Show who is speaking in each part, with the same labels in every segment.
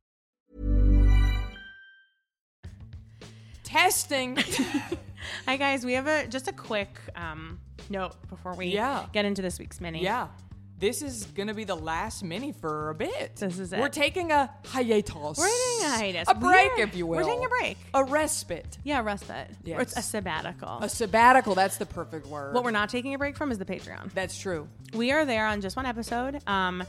Speaker 1: Testing.
Speaker 2: Hi guys, we have a just a quick um, note before we
Speaker 1: Yeah.
Speaker 2: get into this week's mini.
Speaker 1: yeah. This is gonna be the last mini for a bit.
Speaker 2: This is
Speaker 1: We're
Speaker 2: it.
Speaker 1: taking a hiatus.
Speaker 2: We're taking a hiatus.
Speaker 1: A break,
Speaker 2: We're-
Speaker 1: if you will.
Speaker 2: we're taking a break.
Speaker 1: A respite.
Speaker 2: Yeah, respite. Or
Speaker 1: Yes.
Speaker 2: it's a sabbatical.
Speaker 1: A sabbatical. That's the perfect word.
Speaker 2: what we're not taking a break from is the Patreon.
Speaker 1: That's true.
Speaker 2: We are there on just one episode. Um,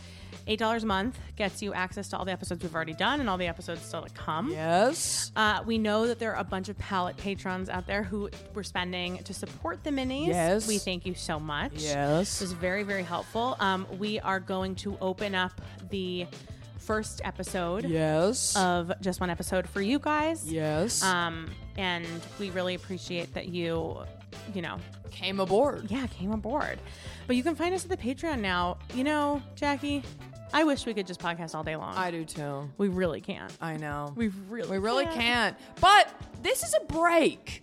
Speaker 2: eight dollars a month gets you access to all the episodes we've already done and all the episodes still to come.
Speaker 1: Yes.
Speaker 2: Uh, we know that there are a bunch of palette patrons out there who we're spending to support the minis.
Speaker 1: Yes.
Speaker 2: We thank you so much.
Speaker 1: Yes.
Speaker 2: This is very, very helpful. Um, we are going to open up the first episode
Speaker 1: Yes.
Speaker 2: of just one episode for you guys.
Speaker 1: yes.
Speaker 2: Um, and we really appreciate that you, you know,
Speaker 1: Came aboard.
Speaker 2: yeah, came aboard. But you can find us at the Patreon now. You know, Jackie, I wish we could just podcast all day long.
Speaker 1: I do too.
Speaker 2: we really can't.
Speaker 1: I know.
Speaker 2: We really
Speaker 1: we really
Speaker 2: can't.
Speaker 1: can't. But this is a break.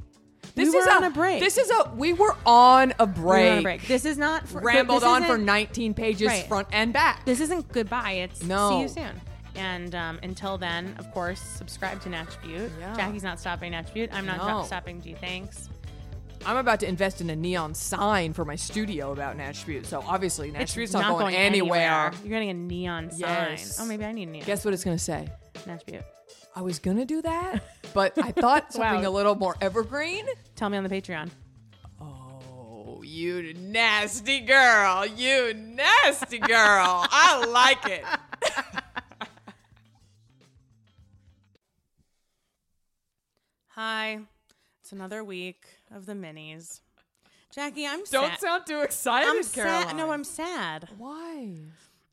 Speaker 1: This
Speaker 2: were
Speaker 1: is
Speaker 2: on a break.
Speaker 1: This is a. We were on a
Speaker 2: We were
Speaker 1: break.
Speaker 2: on a break. This is not for,
Speaker 1: Rambled
Speaker 2: this
Speaker 1: on for
Speaker 2: isn't-
Speaker 1: 19 pages,
Speaker 2: Right.
Speaker 1: front and back.
Speaker 2: This isn't goodbye. It's
Speaker 1: No.
Speaker 2: see you soon. And um, until then, of course, subscribe to Natch Butte.
Speaker 1: Yeah.
Speaker 2: Jackie's not stopping Natch Butte. I'm not
Speaker 1: No.
Speaker 2: stopping G. Thanks.
Speaker 1: I'm about to invest in a neon sign for my studio about Nashville. So obviously, Nashville's not, going, anywhere.
Speaker 2: You're getting a neon
Speaker 1: Yes.
Speaker 2: sign. Oh, maybe I need a neon.
Speaker 1: Guess what it's gonna say?
Speaker 2: Natch Butte.
Speaker 1: I was gonna do that, but I thought
Speaker 2: Wow.
Speaker 1: something a little more evergreen.
Speaker 2: Tell me on the Patreon.
Speaker 1: Oh, you nasty girl! You nasty girl! I like it.
Speaker 2: Hi. It's another week of the minis. Jackie, I'm
Speaker 1: Don't
Speaker 2: sad.
Speaker 1: sound too excited,
Speaker 2: I'm
Speaker 1: Caroline.
Speaker 2: sad. No, I'm sad.
Speaker 1: Why?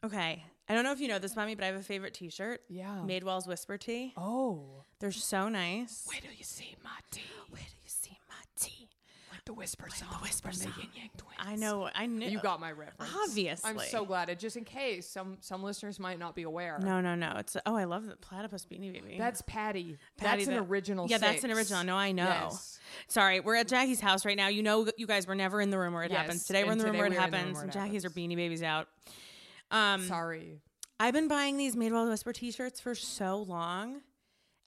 Speaker 2: Okay. I don't know if you know this about me, but I have a favorite t shirt.
Speaker 1: Yeah.
Speaker 2: Madewell's Whisper Tea.
Speaker 1: Oh.
Speaker 2: They're so nice.
Speaker 1: Where do you see my tea?
Speaker 2: Where do you see my tea?
Speaker 1: Like the whisper song. The whisper song. The Yin Yang Twins.
Speaker 2: I know. I knew.
Speaker 1: You got my reference. I'm
Speaker 2: Obviously.
Speaker 1: so glad. It just in case some some listeners might not be aware.
Speaker 2: No, no, no. It's oh, I love the platypus beanie baby.
Speaker 1: That's Patty.
Speaker 2: Patty
Speaker 1: that's an
Speaker 2: the-
Speaker 1: original.
Speaker 2: Yeah, that's an
Speaker 1: six.
Speaker 2: original. No, I know.
Speaker 1: Yes.
Speaker 2: Sorry, we're at Jackie's house right now. You know, you guys were never in the room where it
Speaker 1: Yes,
Speaker 2: happens. Today we're in
Speaker 1: and
Speaker 2: the room
Speaker 1: today
Speaker 2: where it
Speaker 1: we were in the room
Speaker 2: happens.
Speaker 1: where
Speaker 2: and
Speaker 1: it
Speaker 2: Jackie's are
Speaker 1: happens.
Speaker 2: beanie babies out. Um,
Speaker 1: Sorry.
Speaker 2: I've been buying these Madewell Whisper T-shirts for so long,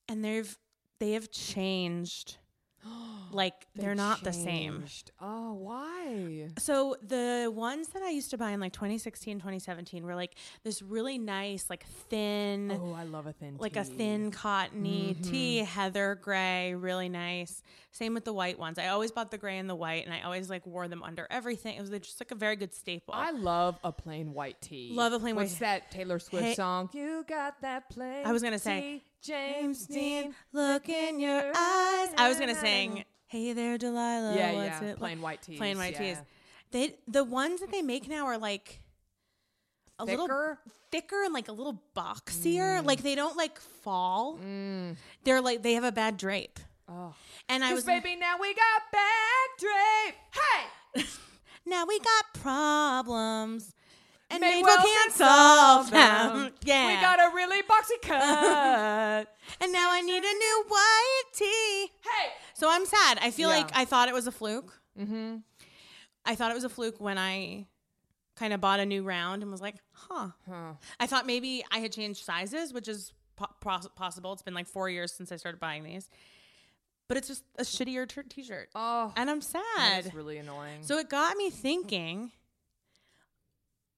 Speaker 2: and they've they have changed. Like they're not the same.
Speaker 1: Changed. Oh, why?
Speaker 2: So the ones that I used to buy in like 2016, 2017 were like this really nice, like thin,
Speaker 1: Oh, Mm-hmm. I love a thin.
Speaker 2: like a
Speaker 1: tee.
Speaker 2: thin cottony tea, heather gray, really nice. Same with the white ones. I always bought the gray and the white, and I always like wore them under everything. It was like, just like a very good staple.
Speaker 1: I love a plain white tee.
Speaker 2: Love a plain white
Speaker 1: What's
Speaker 2: tee.
Speaker 1: that Taylor Swift
Speaker 2: Hey-
Speaker 1: song? You got that plain.
Speaker 2: I was gonna say,
Speaker 1: tee, James Dean.
Speaker 2: look in your eyes. I was gonna sing, "Hey there, Delilah."
Speaker 1: Yeah,
Speaker 2: Oh, what's
Speaker 1: yeah,
Speaker 2: it
Speaker 1: plain
Speaker 2: like?"
Speaker 1: white tees,
Speaker 2: Plain white tees.
Speaker 1: yeah.
Speaker 2: They the ones that they make now are like a little
Speaker 1: Thicker? Mm.
Speaker 2: thicker and like a little boxier. Like they don't like fall. They're like they have a bad drape.
Speaker 1: Oh.
Speaker 2: And I was
Speaker 1: Cause baby, now we got bad drape. Hey,
Speaker 2: now we got problems. And
Speaker 1: Madewell
Speaker 2: Madewell
Speaker 1: can
Speaker 2: can't solve
Speaker 1: solve
Speaker 2: them.
Speaker 1: them.
Speaker 2: Yeah.
Speaker 1: we got a really boxy cut.
Speaker 2: and now I need a new white tee.
Speaker 1: hey,
Speaker 2: So I'm sad. I feel
Speaker 1: Yeah.
Speaker 2: like I thought it was a fluke. Mm-hmm. I thought it was a fluke when I kind of bought a new round and was like, huh. I thought maybe I had changed sizes, which is po- poss- possible. It's been like four years since I started buying these. But it's just a shittier t- t-shirt.
Speaker 1: oh,
Speaker 2: and I'm sad.
Speaker 1: that's really annoying.
Speaker 2: So it got me thinking.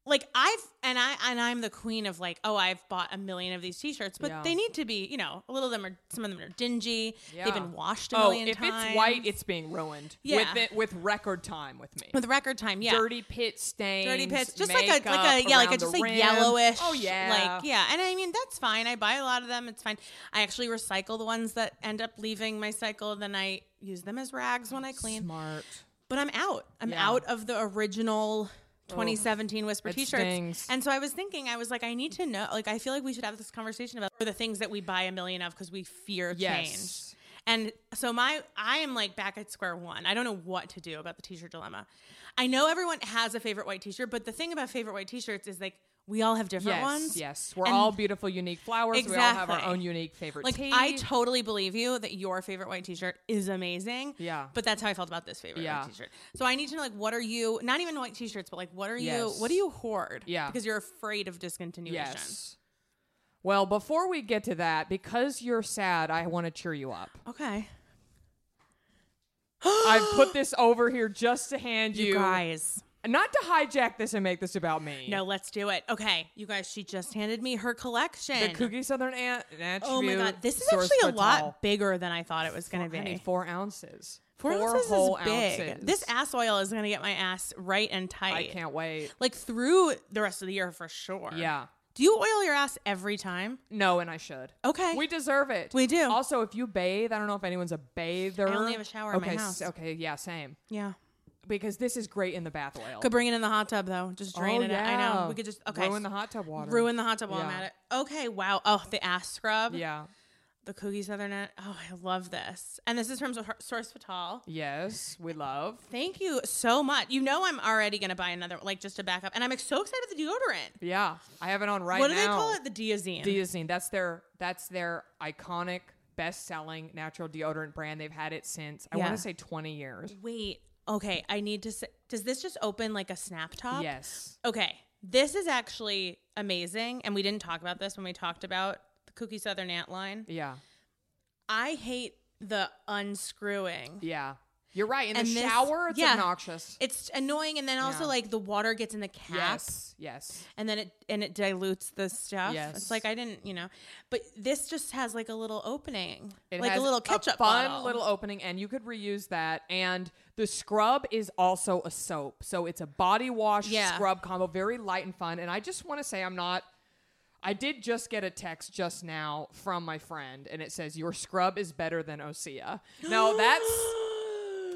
Speaker 2: Like I've and I and I'm the queen of like oh I've bought a million of these T-shirts, but
Speaker 1: Yeah.
Speaker 2: they need to be you know a little of them are some of them are dingy.
Speaker 1: Yeah.
Speaker 2: They've been washed a
Speaker 1: Oh,
Speaker 2: million
Speaker 1: if
Speaker 2: times.
Speaker 1: it's white, it's being ruined.
Speaker 2: Yeah.
Speaker 1: With, it, with record time with me.
Speaker 2: with record time. Yeah,
Speaker 1: Dirty pit stains.
Speaker 2: Dirty pits, just like a like
Speaker 1: makeup
Speaker 2: a yeah like
Speaker 1: around
Speaker 2: a just
Speaker 1: the
Speaker 2: like
Speaker 1: rim.
Speaker 2: yellowish.
Speaker 1: Oh yeah.
Speaker 2: like yeah. And I mean that's fine. I buy a lot of them. It's fine. I actually recycle the ones that end up leaving my cycle. Then I use them as rags when I clean.
Speaker 1: Smart.
Speaker 2: But I'm out. I'm
Speaker 1: Yeah.
Speaker 2: out of the original 2017 Whisper
Speaker 1: It
Speaker 2: T-shirts.
Speaker 1: stings.
Speaker 2: And so I was thinking, I was like, I need to know. Like, I feel like we should have this conversation about or the things that we buy a million of because we fear change.
Speaker 1: Yes.
Speaker 2: And so my I am like back at square one. I don't know what to do about the t-shirt dilemma. I know everyone has a favorite white t-shirt, but the thing about favorite white t-shirts is like we all have different
Speaker 1: Yes,
Speaker 2: ones.
Speaker 1: yes. We're
Speaker 2: And-
Speaker 1: all beautiful, unique flowers. We all have our
Speaker 2: Exactly.
Speaker 1: own unique favorite
Speaker 2: Like
Speaker 1: tea.
Speaker 2: I totally believe you that your favorite white t-shirt is amazing.
Speaker 1: Yeah.
Speaker 2: But that's how I felt about this favorite
Speaker 1: Yeah.
Speaker 2: white t-shirt. So I need to know like what are you not even white t-shirts, but like what are
Speaker 1: Yes.
Speaker 2: you what do you hoard?
Speaker 1: Yeah.
Speaker 2: Because you're afraid of discontinuation.
Speaker 1: yes. Well, before we get to that, because you're sad, I want to cheer you up.
Speaker 2: Okay.
Speaker 1: I've put this over here just to hand you,
Speaker 2: You guys.
Speaker 1: not to hijack this and make this about me.
Speaker 2: No, let's do it. Okay. You guys, she just handed me her collection.
Speaker 1: the Cookie Southern Ant.
Speaker 2: Oh my god, this is actually a lot bigger than I thought it was going to
Speaker 1: I
Speaker 2: be.
Speaker 1: need four ounces.
Speaker 2: Four ounces is
Speaker 1: whole
Speaker 2: big.
Speaker 1: ounces.
Speaker 2: This ass oil is going to get my ass right and tight.
Speaker 1: I can't wait.
Speaker 2: Like through the rest of the year for sure.
Speaker 1: Yeah.
Speaker 2: Do you oil your ass every time?
Speaker 1: No, and I should.
Speaker 2: Okay.
Speaker 1: We deserve it.
Speaker 2: We do.
Speaker 1: Also, if you bathe, I don't know if anyone's a bather.
Speaker 2: I only have a shower in my
Speaker 1: okay, s-
Speaker 2: house.
Speaker 1: Okay, yeah, same.
Speaker 2: yeah.
Speaker 1: Because this is great in the bath oil.
Speaker 2: Could bring it in the hot tub though. Just drain
Speaker 1: Oh,
Speaker 2: it. out. I
Speaker 1: yeah.
Speaker 2: know. We could just okay.
Speaker 1: Ruin the hot tub water.
Speaker 2: Ruin the hot tub while I'm
Speaker 1: Yeah.
Speaker 2: at it. Okay. Wow. Oh, the ass scrub.
Speaker 1: Yeah.
Speaker 2: The Cookie Southern Net. Oh, I love this. And this is from Sor- Source Fatal.
Speaker 1: Yes, we love.
Speaker 2: Thank you so much. You know I'm already gonna buy another, like just to back up. And I'm like, so excited for the deodorant.
Speaker 1: Yeah, I have it on right
Speaker 2: what
Speaker 1: now.
Speaker 2: do they call it? The Diazine.
Speaker 1: Diazine. That's their that's their iconic best-selling natural deodorant brand. They've had it since I want
Speaker 2: Yeah.
Speaker 1: to say 20 years.
Speaker 2: Wait. Okay. I need to. Say, does this just open like a snap top?
Speaker 1: Yes.
Speaker 2: Okay. This is actually amazing, and we didn't talk about this when we talked about the Cookie Southern Ant line.
Speaker 1: Yeah.
Speaker 2: I hate the unscrewing.
Speaker 1: Yeah. You're right. In
Speaker 2: And
Speaker 1: the
Speaker 2: this-
Speaker 1: shower, it's
Speaker 2: yeah.
Speaker 1: obnoxious.
Speaker 2: It's annoying, and then also
Speaker 1: Yeah.
Speaker 2: like the water gets in the cap.
Speaker 1: yes. Yes.
Speaker 2: and then it and it dilutes the stuff.
Speaker 1: Yes.
Speaker 2: It's like I didn't, you know. But this just has like a little opening,
Speaker 1: It
Speaker 2: like a
Speaker 1: has
Speaker 2: little ketchup
Speaker 1: a fun
Speaker 2: bottle.
Speaker 1: little opening, and you could reuse that. And the scrub is also a soap, so it's a body wash
Speaker 2: Yeah.
Speaker 1: scrub combo, very light and fun. And I just want to say, I'm not. I did just get a text just now from my friend, and it says your scrub is better than Osea. Now that's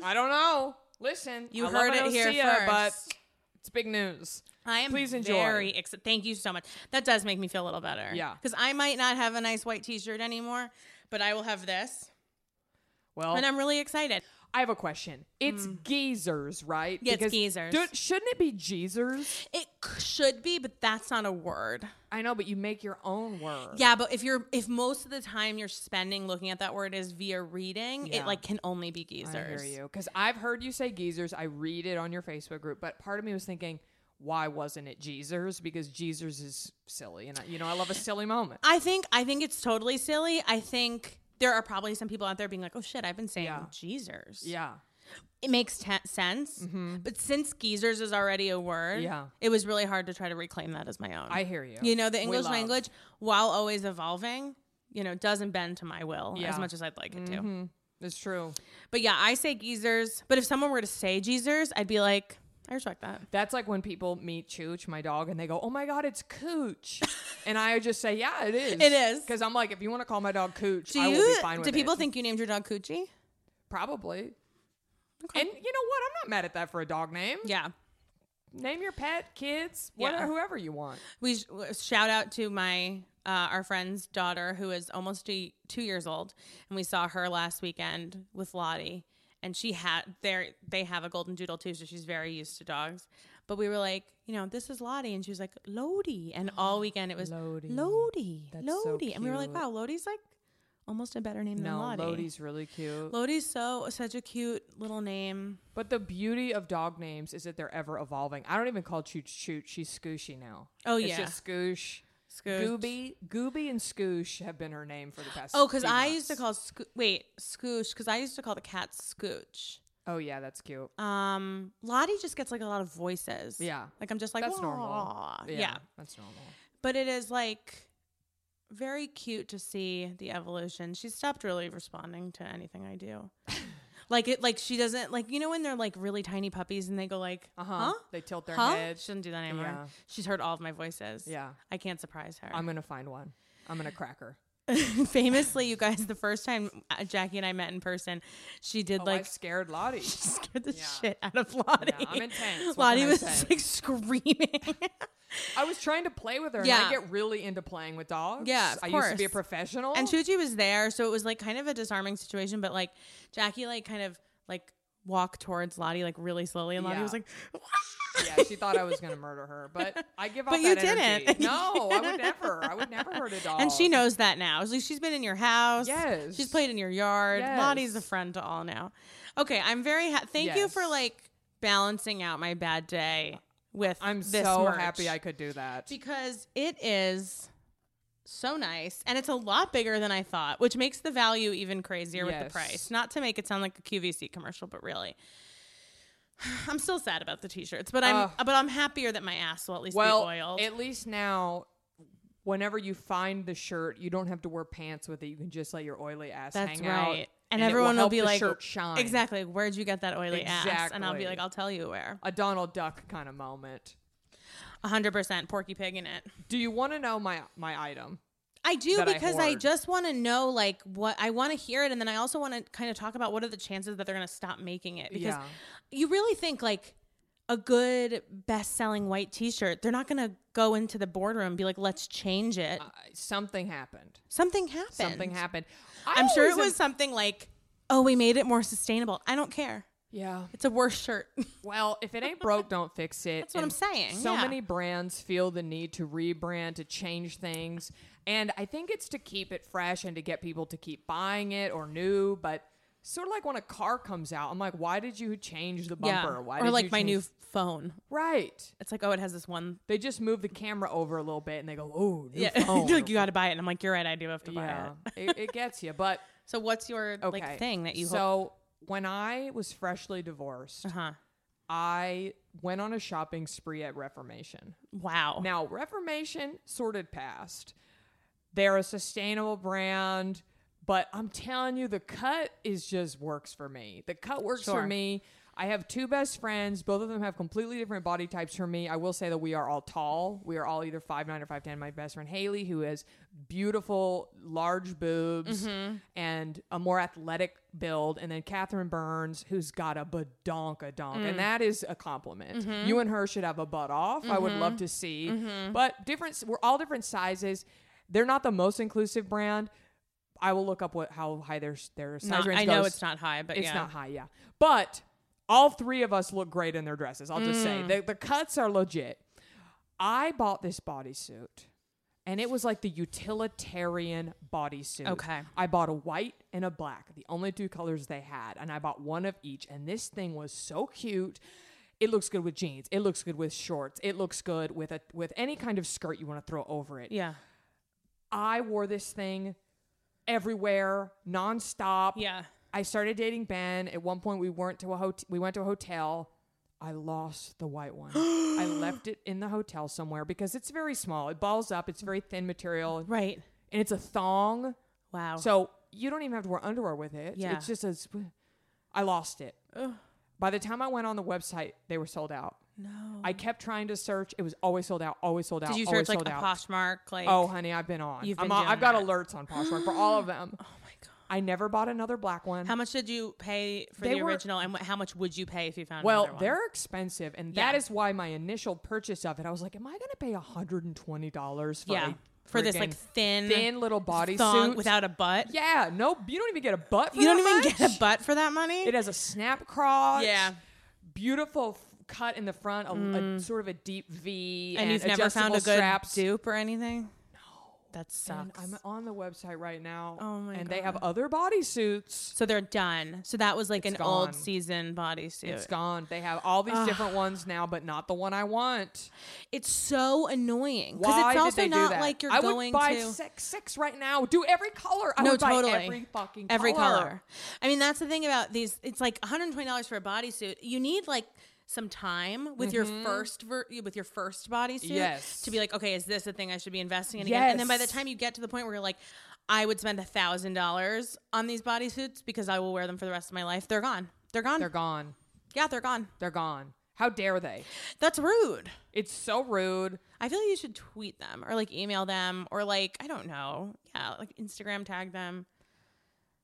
Speaker 1: I don't know. Listen,
Speaker 2: You
Speaker 1: I love
Speaker 2: heard
Speaker 1: an
Speaker 2: it here
Speaker 1: Osea, but
Speaker 2: first.
Speaker 1: it's big news.
Speaker 2: I am
Speaker 1: Please enjoy.
Speaker 2: very exci- Thank you so much. That does make me feel a little better.
Speaker 1: Yeah.
Speaker 2: because I might not have a nice white T-shirt anymore, but I will have this,
Speaker 1: Well,
Speaker 2: and I'm really excited.
Speaker 1: I have a question. It's geezers, right?
Speaker 2: Mm. Yeah, it's geezers.
Speaker 1: do- shouldn't it be geezers?
Speaker 2: It c- should be, but that's not a word.
Speaker 1: I know, but you make your own word.
Speaker 2: Yeah, but if you're if most of the time you're spending looking at that word is via reading,
Speaker 1: Yeah.
Speaker 2: it like can only be geezers.
Speaker 1: I hear you because I've heard you say geezers. I read it on your Facebook group, but part of me was thinking, why wasn't it geezers? Because geezers is silly, and I, you know I love a silly moment.
Speaker 2: I think I think it's totally silly. I think there are probably some people out there being like, "Oh shit, I've been saying
Speaker 1: Yeah.
Speaker 2: geezers."
Speaker 1: Yeah, Mm-hmm.
Speaker 2: it makes te- sense. But since geezers is already a word,
Speaker 1: Yeah.
Speaker 2: it was really hard to try to reclaim that as my own.
Speaker 1: I hear you.
Speaker 2: you know, the
Speaker 1: We
Speaker 2: English
Speaker 1: love.
Speaker 2: language, while always evolving, you know, doesn't bend to my will
Speaker 1: Yeah. Mm-hmm.
Speaker 2: as much as I'd like it to.
Speaker 1: It's true.
Speaker 2: But yeah, I say geezers. But if someone were to say geezers, I'd be like, I respect that.
Speaker 1: That's like when people meet Chooch, my dog, and they go, "Oh my god, it's Cooch," and I just say, "Yeah, it is.
Speaker 2: It is.
Speaker 1: Because I'm like, if you want to call my dog Cooch,
Speaker 2: Do
Speaker 1: I
Speaker 2: you?
Speaker 1: will be fine with
Speaker 2: do
Speaker 1: it.
Speaker 2: people think you named your dog Coochie?
Speaker 1: probably? And you know what? I'm not mad at that for a dog name.
Speaker 2: Yeah.
Speaker 1: Name your pet, kids, whatever,
Speaker 2: Yeah.
Speaker 1: whoever you want.
Speaker 2: We sh- w- shout out to my uh, our friend's daughter who is almost two, two years old, and we saw her last weekend with Lottie, and she had there they have a golden doodle too, so she's very used to dogs. But we were like, you know, this is Lottie, and she was like Lodi, and all weekend it was
Speaker 1: Lodi.
Speaker 2: Lodi, Lodi,
Speaker 1: That's so
Speaker 2: and we were like,
Speaker 1: cute.
Speaker 2: wow, Lodi's like almost a better name
Speaker 1: No,
Speaker 2: than Lottie.
Speaker 1: Lodi's really cute.
Speaker 2: Lodi's so such a cute little name.
Speaker 1: But the beauty of dog names is that they're ever evolving. I don't even call Chooch Chooch. She's Scooshy now.
Speaker 2: Oh,
Speaker 1: it's
Speaker 2: yeah.
Speaker 1: just Scoosh.
Speaker 2: Scooch.
Speaker 1: Gooby, Gooby, and Scoosh have been her name for the past.
Speaker 2: Oh, because
Speaker 1: few
Speaker 2: I used to
Speaker 1: months.
Speaker 2: call sco- wait Scooch because I used to call the cat Scooch.
Speaker 1: Oh yeah, that's cute.
Speaker 2: Um, Lottie just gets like a lot of voices.
Speaker 1: Yeah.
Speaker 2: Like I'm just like,
Speaker 1: that's normal.
Speaker 2: "Wah." Yeah.
Speaker 1: that's normal.
Speaker 2: But it is like very cute to see the evolution. She stopped really responding to anything I do. like it like she doesn't like you know when they're like really tiny puppies and they go like
Speaker 1: Uh huh.
Speaker 2: huh?
Speaker 1: They tilt their
Speaker 2: huh?
Speaker 1: head.
Speaker 2: She doesn't do that anymore.
Speaker 1: Yeah.
Speaker 2: She's heard all of my voices.
Speaker 1: Yeah.
Speaker 2: I can't surprise her.
Speaker 1: I'm gonna find one. I'm gonna crack her.
Speaker 2: famously, you guys, the first time uh, Jackie and I met in person, she did
Speaker 1: Oh, I
Speaker 2: like
Speaker 1: scared Lottie.
Speaker 2: scared the
Speaker 1: Yeah.
Speaker 2: shit out of Lottie.
Speaker 1: Yeah, I'm intense. What
Speaker 2: Lottie
Speaker 1: can I
Speaker 2: was
Speaker 1: say?
Speaker 2: like screaming.
Speaker 1: I was trying to play with her.
Speaker 2: Yeah.
Speaker 1: and I get really into playing with dogs.
Speaker 2: Yeah, of
Speaker 1: I used to be a
Speaker 2: course.
Speaker 1: professional.
Speaker 2: and Shuji was there, so it was like kind of a disarming situation. But like Jackie, like kind of like walked towards Lottie like really slowly, and Lottie
Speaker 1: Yeah.
Speaker 2: was like,
Speaker 1: yeah, she thought I was going to murder her, but I give up.
Speaker 2: But you
Speaker 1: that
Speaker 2: didn't.
Speaker 1: Energy. No, I would never. I would never hurt a dog.
Speaker 2: and she knows that now. It's Like she's been in your house.
Speaker 1: Oh, Yes.
Speaker 2: she's played in your yard.
Speaker 1: Yes.
Speaker 2: Lottie's a friend to all now. Okay, I'm very ha- thank you for
Speaker 1: Yes.
Speaker 2: like balancing out my bad day with
Speaker 1: I'm
Speaker 2: this
Speaker 1: so
Speaker 2: merch.
Speaker 1: happy I could do that.
Speaker 2: because it is so nice and it's a lot bigger than I thought, which makes the value even crazier with the
Speaker 1: Yes.
Speaker 2: price. Not to make it sound like a QVC commercial, but really. I'm still sad about the t-shirts, but I'm
Speaker 1: Ugh.
Speaker 2: but I'm happier that my ass will at least
Speaker 1: well,
Speaker 2: be oiled.
Speaker 1: at least now, whenever you find the shirt, you don't have to wear pants with it. You can just let your oily ass
Speaker 2: That's
Speaker 1: hang out.
Speaker 2: right. And,
Speaker 1: it
Speaker 2: everyone will,
Speaker 1: help
Speaker 2: be
Speaker 1: the
Speaker 2: like
Speaker 1: shirt shine.
Speaker 2: Exactly. like, Where'd you get that oily ass? And I'll be
Speaker 1: Exactly.
Speaker 2: like, I'll tell you where.
Speaker 1: A Donald Duck kind of moment.
Speaker 2: hundred percent porky pig in it.
Speaker 1: Do you want to know my my item?
Speaker 2: I do
Speaker 1: that I
Speaker 2: because I,
Speaker 1: hoard.
Speaker 2: just want to know like what I want to hear it, and then I also want to kind of talk about what are the chances that they're going to stop making it because
Speaker 1: Yeah.
Speaker 2: you really think like a good best-selling white T-shirt, they're not going to go into the boardroom and be like, let's change it.
Speaker 1: Something happened.
Speaker 2: something happened.
Speaker 1: Uh, Something happened. I
Speaker 2: I'm sure it
Speaker 1: always am-
Speaker 2: was something like, oh, we made it more sustainable. I don't care.
Speaker 1: Yeah.
Speaker 2: It's a worse shirt.
Speaker 1: Well, if it ain't broke, don't fix it. That's
Speaker 2: what I'm saying,
Speaker 1: So
Speaker 2: yeah.
Speaker 1: many brands feel the need to rebrand, to change things. And I think it's to keep it fresh and to get people to keep buying it or new. But sort of like when a car comes out, I'm like, why did you change the bumper? Why
Speaker 2: or
Speaker 1: did
Speaker 2: like
Speaker 1: you
Speaker 2: my
Speaker 1: change-"
Speaker 2: new phone.
Speaker 1: Right.
Speaker 2: It's like, oh, it has this one.
Speaker 1: They just move the camera over a little bit and they go, oh, new
Speaker 2: Yeah,
Speaker 1: phone.
Speaker 2: like you got to buy it, and I'm like, you're right, I do have to buy
Speaker 1: yeah.
Speaker 2: it.
Speaker 1: it, it gets you. But
Speaker 2: So what's your
Speaker 1: okay.
Speaker 2: like thing that you
Speaker 1: So
Speaker 2: hope?
Speaker 1: when I was freshly divorced,
Speaker 2: Uh-huh.
Speaker 1: I went on a shopping spree at Reformation.
Speaker 2: Wow. Uh,
Speaker 1: Now, Reformation sorted past. They're a sustainable brand, but I'm telling you, the cut is just works for me. The cut works
Speaker 2: Sure.
Speaker 1: for me. I have two best friends. Both of them have completely different body types from me. I will say that we are all tall. We are all either 5'9 or 5'10. My best friend Haley, who has beautiful, large boobs
Speaker 2: Mm-hmm.
Speaker 1: and a more athletic build. And then Catherine Burns, who's got a badonk a donk.
Speaker 2: Mm.
Speaker 1: And that is a compliment.
Speaker 2: Mm-hmm.
Speaker 1: You and her should have a butt off. I would love to see. But different, we're all different sizes. They're not the most inclusive brand. I will look up what how high their their size
Speaker 2: Not-
Speaker 1: range
Speaker 2: I know
Speaker 1: goes.
Speaker 2: it's not high, but
Speaker 1: It's
Speaker 2: yeah.
Speaker 1: not high, yeah. But all three of us look great in their dresses. I'll just
Speaker 2: Mm.
Speaker 1: say the the cuts are legit. I bought this bodysuit, and it was like the utilitarian bodysuit.
Speaker 2: Okay.
Speaker 1: I bought a white and a black, the only two colors they had, and I bought one of each. And this thing was so cute. It looks good with jeans. It looks good with shorts. It looks good with a with any kind of skirt you want to throw over it.
Speaker 2: Yeah.
Speaker 1: I wore this thing everywhere, nonstop.
Speaker 2: Yeah.
Speaker 1: I started dating Ben. At one point, we weren't to a hotel. We went to a hotel. I lost the white one. I left it in the hotel somewhere because it's very small. It balls up. It's very thin material, and
Speaker 2: Right.
Speaker 1: it's a thong.
Speaker 2: Wow.
Speaker 1: So you don't even have to wear underwear with it.
Speaker 2: Yeah.
Speaker 1: It's just a. sp- I lost it. By the time I went on the website, they were sold out.
Speaker 2: no.
Speaker 1: I kept trying to search. It was always sold out. Always sold out.
Speaker 2: Did you
Speaker 1: always
Speaker 2: search like
Speaker 1: sold
Speaker 2: a
Speaker 1: out.
Speaker 2: Poshmark? Like
Speaker 1: Oh, honey, I've been on.
Speaker 2: You've
Speaker 1: I'm
Speaker 2: been
Speaker 1: on-
Speaker 2: doing
Speaker 1: I've got
Speaker 2: that.
Speaker 1: alerts on Poshmark for all of them.
Speaker 2: oh my god.
Speaker 1: I never bought another black one.
Speaker 2: How much did you pay for
Speaker 1: They
Speaker 2: the
Speaker 1: were-
Speaker 2: original, and wh- how much would you pay if you found?
Speaker 1: well,
Speaker 2: another one?
Speaker 1: they're expensive, and
Speaker 2: Yeah.
Speaker 1: that is why my initial purchase of it, I was like, "Am I going to pay hundred and twenty dollars for
Speaker 2: yeah
Speaker 1: a
Speaker 2: for this
Speaker 1: friggin'
Speaker 2: like thin
Speaker 1: thin little
Speaker 2: thong
Speaker 1: bodysuit
Speaker 2: without a butt.
Speaker 1: Yeah, no, you don't even get a butt. For
Speaker 2: You don't
Speaker 1: that
Speaker 2: even
Speaker 1: much.
Speaker 2: get a butt for that money.
Speaker 1: It has a snap crotch.
Speaker 2: Yeah. Mm.
Speaker 1: beautiful f- cut in the front, a, a sort of a deep V,
Speaker 2: and you've never
Speaker 1: adjustable
Speaker 2: found a good
Speaker 1: straps.
Speaker 2: dupe or anything. No, that
Speaker 1: And
Speaker 2: sucks.
Speaker 1: I'm on the website right now.
Speaker 2: Oh my
Speaker 1: And they have
Speaker 2: God.
Speaker 1: other bodysuits.
Speaker 2: So they're done. So that was like
Speaker 1: It's
Speaker 2: an
Speaker 1: gone.
Speaker 2: old season bodysuit.
Speaker 1: It's gone. They have all these different ones now, but not the one I want.
Speaker 2: It's so annoying because
Speaker 1: Why
Speaker 2: it's also
Speaker 1: did they
Speaker 2: not
Speaker 1: do that?
Speaker 2: like you're
Speaker 1: I
Speaker 2: going
Speaker 1: would buy
Speaker 2: to
Speaker 1: six six right now. Do every color. I
Speaker 2: no
Speaker 1: would
Speaker 2: totally
Speaker 1: buy every fucking
Speaker 2: Every
Speaker 1: color.
Speaker 2: I mean, that's the thing about these. It's like 120 dollars for a bodysuit. You need like some time with your first ver- with your first bodysuit
Speaker 1: Mm-hmm. Yes.
Speaker 2: to be like, okay, is this a thing I should be investing in? Again? And then by the
Speaker 1: Yes.
Speaker 2: time you get to the point where you're like. I would spend a thousand dollars on these bodysuits because I will wear them for the rest of my life. They're gone. They're gone.
Speaker 1: They're gone.
Speaker 2: yeah, they're gone.
Speaker 1: They're gone. How dare they?
Speaker 2: That's rude.
Speaker 1: It's so rude.
Speaker 2: I feel like you should tweet them or like email them or like I don't know. Yeah, like Instagram tag them.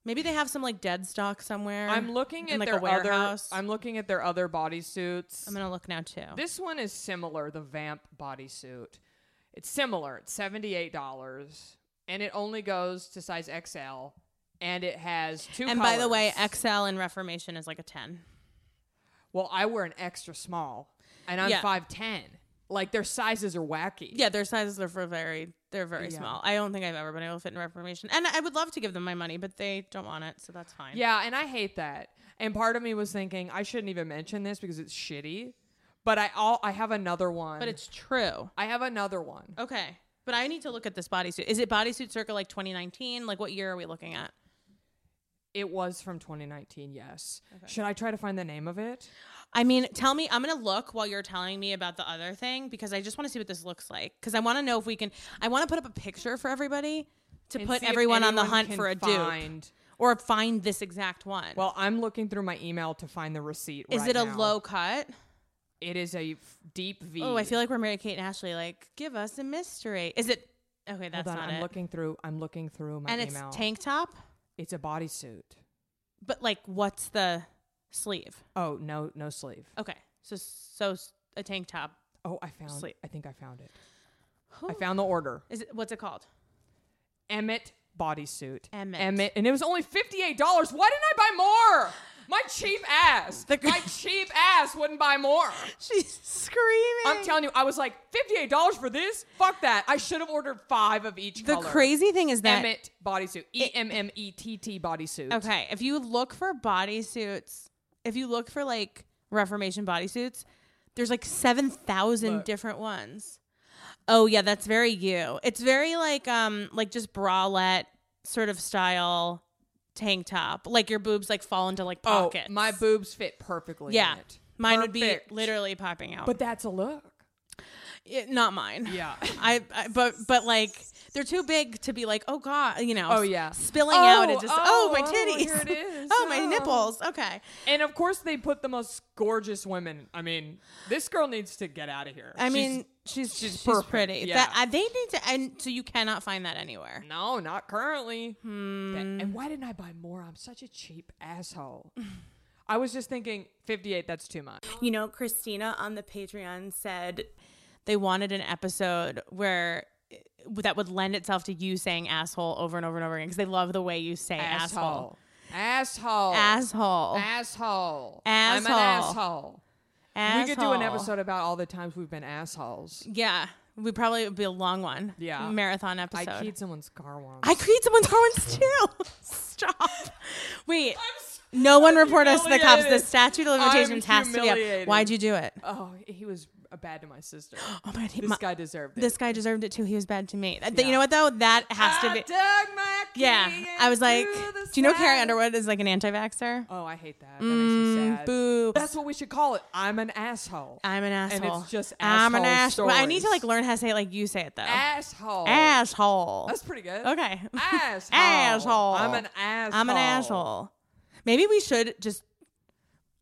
Speaker 2: Maybe they have some like dead stock somewhere.
Speaker 1: I'm looking at
Speaker 2: in, like
Speaker 1: their
Speaker 2: a warehouse.
Speaker 1: other. I'm looking at their other bodysuits.
Speaker 2: I'm gonna look now too.
Speaker 1: This one is similar, the Vamp bodysuit. It's similar. It's $78 and it only goes to size XL and it has two
Speaker 2: and by the way,
Speaker 1: colors.
Speaker 2: XL in Reformation is like a ten.
Speaker 1: Well, I wear an extra small and I'm
Speaker 2: Yeah.
Speaker 1: 5'10. Like their sizes are wacky.
Speaker 2: Yeah, their sizes are for very they're very
Speaker 1: Yeah.
Speaker 2: small. I don't think I've ever been able to fit in Reformation. And I would love to give them my money, but they don't want it, so that's fine.
Speaker 1: Yeah, and I hate that. And part of me was thinking I shouldn't even mention this because it's shitty. But I all I have another one.
Speaker 2: But it's true.
Speaker 1: I have another one.
Speaker 2: Okay. But I need to look at this bodysuit. Is it bodysuit circa like 2019? Like what year are we looking at?
Speaker 1: It was from 2019, yes. Should I try to find the name of it?
Speaker 2: I mean, tell me, I'm going to look while you're telling me about the other thing because I just want to see what this looks like. Because I want to know if we can, I want to put up a picture for everybody to
Speaker 1: And
Speaker 2: put
Speaker 1: see if
Speaker 2: everyone on the
Speaker 1: anyone
Speaker 2: hunt
Speaker 1: can
Speaker 2: for a dude
Speaker 1: find-
Speaker 2: or find this exact one.
Speaker 1: Well, I'm looking through my email to find the receipt.
Speaker 2: is
Speaker 1: right
Speaker 2: it a
Speaker 1: now.
Speaker 2: low cut?
Speaker 1: It is a f- deep V.
Speaker 2: Oh, I feel like we're Mary Kate and Ashley. Like, give us a mystery. Is it, okay, that's
Speaker 1: Hold on,
Speaker 2: not
Speaker 1: I'm
Speaker 2: it.
Speaker 1: looking through. I'm looking through my
Speaker 2: and it's
Speaker 1: email.
Speaker 2: tank top,
Speaker 1: It's a bodysuit.
Speaker 2: but like, what's the sleeve?
Speaker 1: Oh no, no sleeve.
Speaker 2: Okay. So, so s- a tank top.
Speaker 1: Oh, I found.
Speaker 2: Sleeve.
Speaker 1: I think I found it. I
Speaker 2: Whew.
Speaker 1: found the order.
Speaker 2: Is it, what's it called?
Speaker 1: Emmett bodysuit.
Speaker 2: Emmett.
Speaker 1: Emmett, and it was only fifty eight dollars. Why didn't I buy more? My cheap ass.
Speaker 2: The-
Speaker 1: my cheap ass wouldn't buy more.
Speaker 2: She's screaming.
Speaker 1: I'm telling you, I was like fifty eight dollars for this. Fuck that. I should have ordered five of each.
Speaker 2: The
Speaker 1: color.
Speaker 2: crazy thing is that
Speaker 1: Emmett bodysuit. E M M E T T bodysuit.
Speaker 2: okay, if you look for bodysuits, if you look for like Reformation bodysuits, there's like seven thousand
Speaker 1: Look.
Speaker 2: different ones. Oh yeah, that's very you. It's very like um like just bralette sort of style tank top. Like your boobs like fall into like
Speaker 1: Oh,
Speaker 2: pockets.
Speaker 1: my boobs fit perfectly.
Speaker 2: yeah.
Speaker 1: in it.
Speaker 2: Mine would be
Speaker 1: Perfect.
Speaker 2: literally popping out,
Speaker 1: But that's a look.
Speaker 2: It- not mine.
Speaker 1: Yeah.
Speaker 2: I, I but but like they're too big to be like oh god you know
Speaker 1: Oh, yeah.
Speaker 2: spilling
Speaker 1: Oh,
Speaker 2: out and just
Speaker 1: oh,
Speaker 2: oh, my
Speaker 1: oh,
Speaker 2: titties
Speaker 1: here it is.
Speaker 2: Oh, my
Speaker 1: Oh.
Speaker 2: nipples okay
Speaker 1: And of course, they put the most gorgeous women. I mean, this girl needs to get out of here.
Speaker 2: I
Speaker 1: She's-
Speaker 2: mean she's
Speaker 1: she's
Speaker 2: she's,
Speaker 1: perfect,
Speaker 2: pretty
Speaker 1: yeah.
Speaker 2: that I, they need to and so you cannot find that anywhere
Speaker 1: no, not currently. That-
Speaker 2: Hmm.
Speaker 1: And why didn't I buy more? I'm such a cheap asshole. I was just thinking, 58. That's too much.
Speaker 2: Mm-hmm. you know Christina on the Patreon said they wanted an episode where eh, that would lend itself to you saying asshole over and over and over again because they love the way you say asshole
Speaker 1: Asshole.
Speaker 2: asshole
Speaker 1: Asshole. I'm an
Speaker 2: Asshole.
Speaker 1: asshole.
Speaker 2: asshole.
Speaker 1: We could do an episode about all the times we've been assholes.
Speaker 2: Yeah, we probably it would be a long one.
Speaker 1: Yeah.
Speaker 2: marathon episode.
Speaker 1: I keyed someone's car once.
Speaker 2: I create someone's car once too. Stop. Wait. no one report us to the cops. The
Speaker 1: humiliated.
Speaker 2: statute of limitations
Speaker 1: I'm
Speaker 2: has to be up.
Speaker 1: humiliated.
Speaker 2: Why'd you do it?
Speaker 1: oh, he was uh, bad to my sister.
Speaker 2: Oh my god, he,
Speaker 1: This
Speaker 2: my-
Speaker 1: guy deserved it.
Speaker 2: this guy deserved it too. He was bad to me. That- You know what though? That has to
Speaker 1: I
Speaker 2: be.
Speaker 1: dug my key
Speaker 2: Yeah, I was like,
Speaker 1: into the
Speaker 2: do you know Carrie
Speaker 1: sand."
Speaker 2: Underwood is like an anti-vaxer?
Speaker 1: Oh, I hate that. That makes me sad.
Speaker 2: Boo.
Speaker 1: That's what we should call it. I'm an asshole.
Speaker 2: I'm an
Speaker 1: it's
Speaker 2: asshole.
Speaker 1: just
Speaker 2: I'm an
Speaker 1: asshole
Speaker 2: asshole. I need to
Speaker 1: stories.
Speaker 2: like learn how to say it like you say it though.
Speaker 1: asshole.
Speaker 2: asshole.
Speaker 1: That's pretty good.
Speaker 2: Okay.
Speaker 1: Asshole.
Speaker 2: Asshole.
Speaker 1: I'm an asshole.
Speaker 2: I'm an asshole. Maybe we should just.